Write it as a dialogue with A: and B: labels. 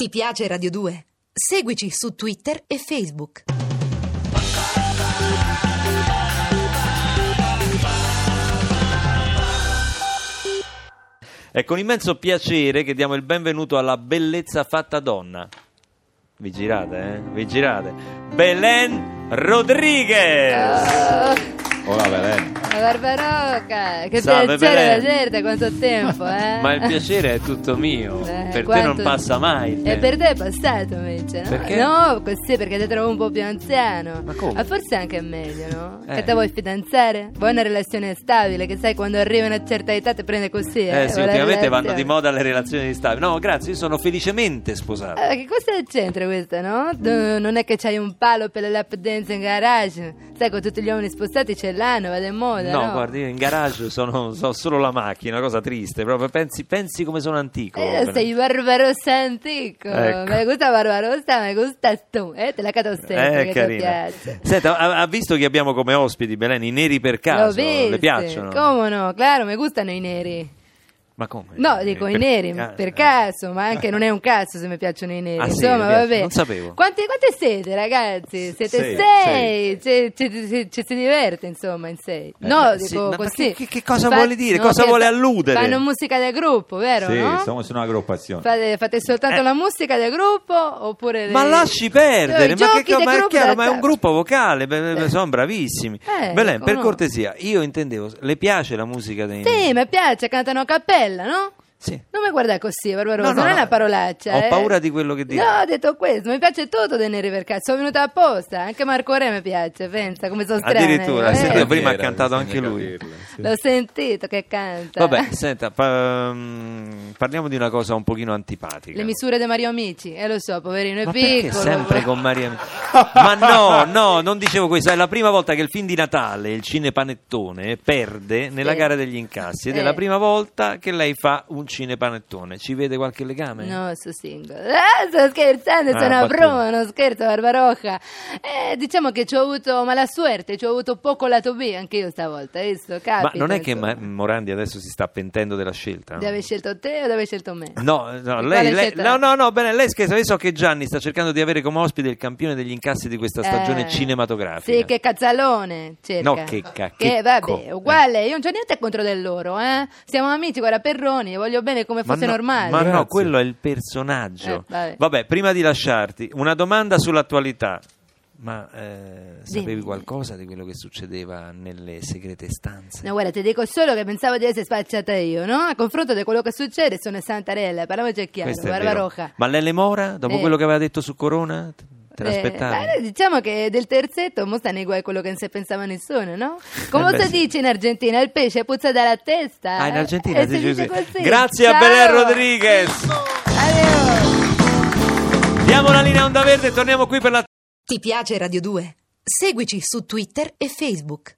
A: Ti piace Radio 2? Seguici su Twitter e Facebook.
B: È con immenso piacere che diamo il benvenuto alla bellezza fatta donna. Vi girate, eh? Vi girate. Belen Rodriguez!
C: Hola Belén.
D: La Barbaroca, che
B: Salve,
D: piacere
B: Belen.
D: vederti, quanto tempo, eh?
C: Ma il piacere è tutto mio.
D: Eh,
B: per te
D: quanto-
B: non passa mai. eh. cioè. il
D: E
B: tempo.
D: per te è passato invece, no?
C: Perché?
D: No, così perché ti trovo un po' più anziano.
C: Ma come?
D: Ma forse anche è meglio, no?
C: Eh.
D: Che te vuoi fidanzare? Vuoi una relazione stabile, che sai quando arriva una certa età ti prende così, eh?
B: Eh, sì,
D: vuoi la
B: ultimamente vanno di
D: relazione.
B: moda le relazioni di stabile. No, grazie, io sono felicemente sposato.
D: Eh, che cosa c'entra questa, no? Tu- non è che c'hai un palo per la lap dance in garage? Sai, con tutti gli uomini sposati ce l'hanno, va di moda, no?
B: No, guardi, io in garage sono, so solo la macchina, una cosa triste. Proprio pensi, pensi come sono antico.
D: Eh, sei Barbarossa antico.
B: Ecco.
D: Me gusta Barbarossa, me gusta tu. Eh, te la canto sempre
B: Eh,
D: che ti
B: carina.
D: piace.
B: Senta, ha, ha visto che abbiamo come ospiti Belen i neri per caso?
D: L'ho viste.
B: Le piacciono?
D: Come no? Claro, mi gustano i neri.
B: Ma come?
D: No, dico
B: Eh,
D: i
B: per-
D: neri,
B: ah,
D: per
B: eh.
D: caso, ma anche non è un cazzo se mi piacciono i neri.
B: Ah, sì,
D: Insomma,
B: le piace-
D: vabbè.
B: non sapevo.
D: Quanti, quanti siete, ragazzi? Siete
C: Sei,
D: sei. Ci, ci- ci- ci si diverte, insomma, in sei. No,
B: Eh, sì,
D: dico
B: ma
D: così.
B: che- che- che cosa
D: Fa-
B: vuole dire?
D: no,
B: Cosa
D: che
B: vuole
D: fa-
B: alludere?
D: Fanno musica del gruppo, vero?
C: Sí,
D: no?
C: somos una agrupación.
D: Fate, fate soltanto
B: Ah. Eh.
D: la musica del gruppo oppure dei-
B: Ma lasci perdere,
D: i
B: ma, che,
D: giochi del
B: ma è
D: gruppo
B: chiaro,
D: da
B: ma è un
D: tavola.
B: gruppo vocale, beh, beh, sono bravissimi.
D: Eh,
B: Belen, per
D: come no?
B: cortesia, io intendevo, le piace la musica dei
D: Sì, mi piace, cantano a cappella, no?
B: Sì.
D: Non mi guardare così, Barbarosa,
B: No, no,
D: non è
B: no.
D: una parolaccia.
B: Ho
D: eh.
B: paura di quello che dirà.
D: No, ho detto questo, mi piace tutto dei Neri Vercati, sono venuta apposta, anche Marco Re mi piace, pensa come sono strana.
B: Addirittura,
D: io,
B: sì,
D: eh.
B: prima ha
C: Era,
B: cantato
C: bisogna
B: anche lui.
C: capirla, sì.
D: L'ho sentito che canta.
B: Vabbè, senta, pa- mm, parliamo di una cosa un pochino antipatica.
D: Le misure di Mario Amici, eh lo so, poverino, è
B: Ma perché
D: piccolo.
B: sempre con Maria? Ma no, no, non dicevo questo. È la prima volta che il film di Natale, il Cinepanettone, perde nella
D: Sì.
B: gara degli incassi. Ed è
D: Eh.
B: la prima volta che lei fa un Cinepanettone. Ci vede qualche legame?
D: No, sono single. Ah, sto scherzando,
B: Ah,
D: sono a
B: battuta.
D: Roma, non scherzo, Barbaroja. Eh, diciamo che ci ho avuto mala suerte, ci ho avuto poco lato B anche io stavolta, visto?
B: Ma
D: Capita,
B: non è che
D: insomma.
B: Ma- Morandi adesso si sta pentendo della scelta?
D: Di aver scelto te o di aver scelto me?
B: No, no,
D: Di
B: lei,
D: quale
B: lei-
D: scelta?
B: no, no, no, bene, lei scherza, io so che Gianni sta cercando di avere come ospite il campione degli incassi di questa stagione
D: Eh,
B: cinematografica.
D: Sì, che cazzalone cerca.
B: No, che ca- che
D: Che vabbè,
B: co- eh.
D: uguale, io non c'ho niente contro di loro, eh. Siamo amici, guarda Perroni, voglio bene come
B: Ma
D: fosse
B: no,
D: normale.
B: Ma no,
C: Grazie.
B: quello è il personaggio.
D: Eh, vabbè.
B: prima di lasciarti, una domanda sull'attualità. Ma eh, sapevi
D: Dimmi.
B: qualcosa di quello che succedeva nelle segrete stanze?
D: No, guarda, ti dico solo che pensavo di essere spacciata io, no? A confronto di quello che succede sono Santarella, parliamoci chiaro,
B: Questo è
D: Barbaroja.
B: vero. Ma Lele Mora, dopo
D: Eh.
B: quello che aveva detto su Corona, te te
D: Beh,
B: l'aspettavi?
D: beh, diciamo che del terzetto mo sta nei guai quello che non si pensava nessuno, no? Come
B: Eh beh,
D: si
B: sì.
D: dice in Argentina, il pesce puzza dalla testa.
B: Ah, in Argentina
D: Eh,
B: si
D: si
B: dice
D: dice
B: così.
D: così.
B: Grazie a
D: Ciao.
B: Belen Rodriguez.
D: Addio.
B: Diamo la linea a Onda Verde e torniamo qui per la
A: Ti piace Radio 2? Seguici su Twitter e Facebook.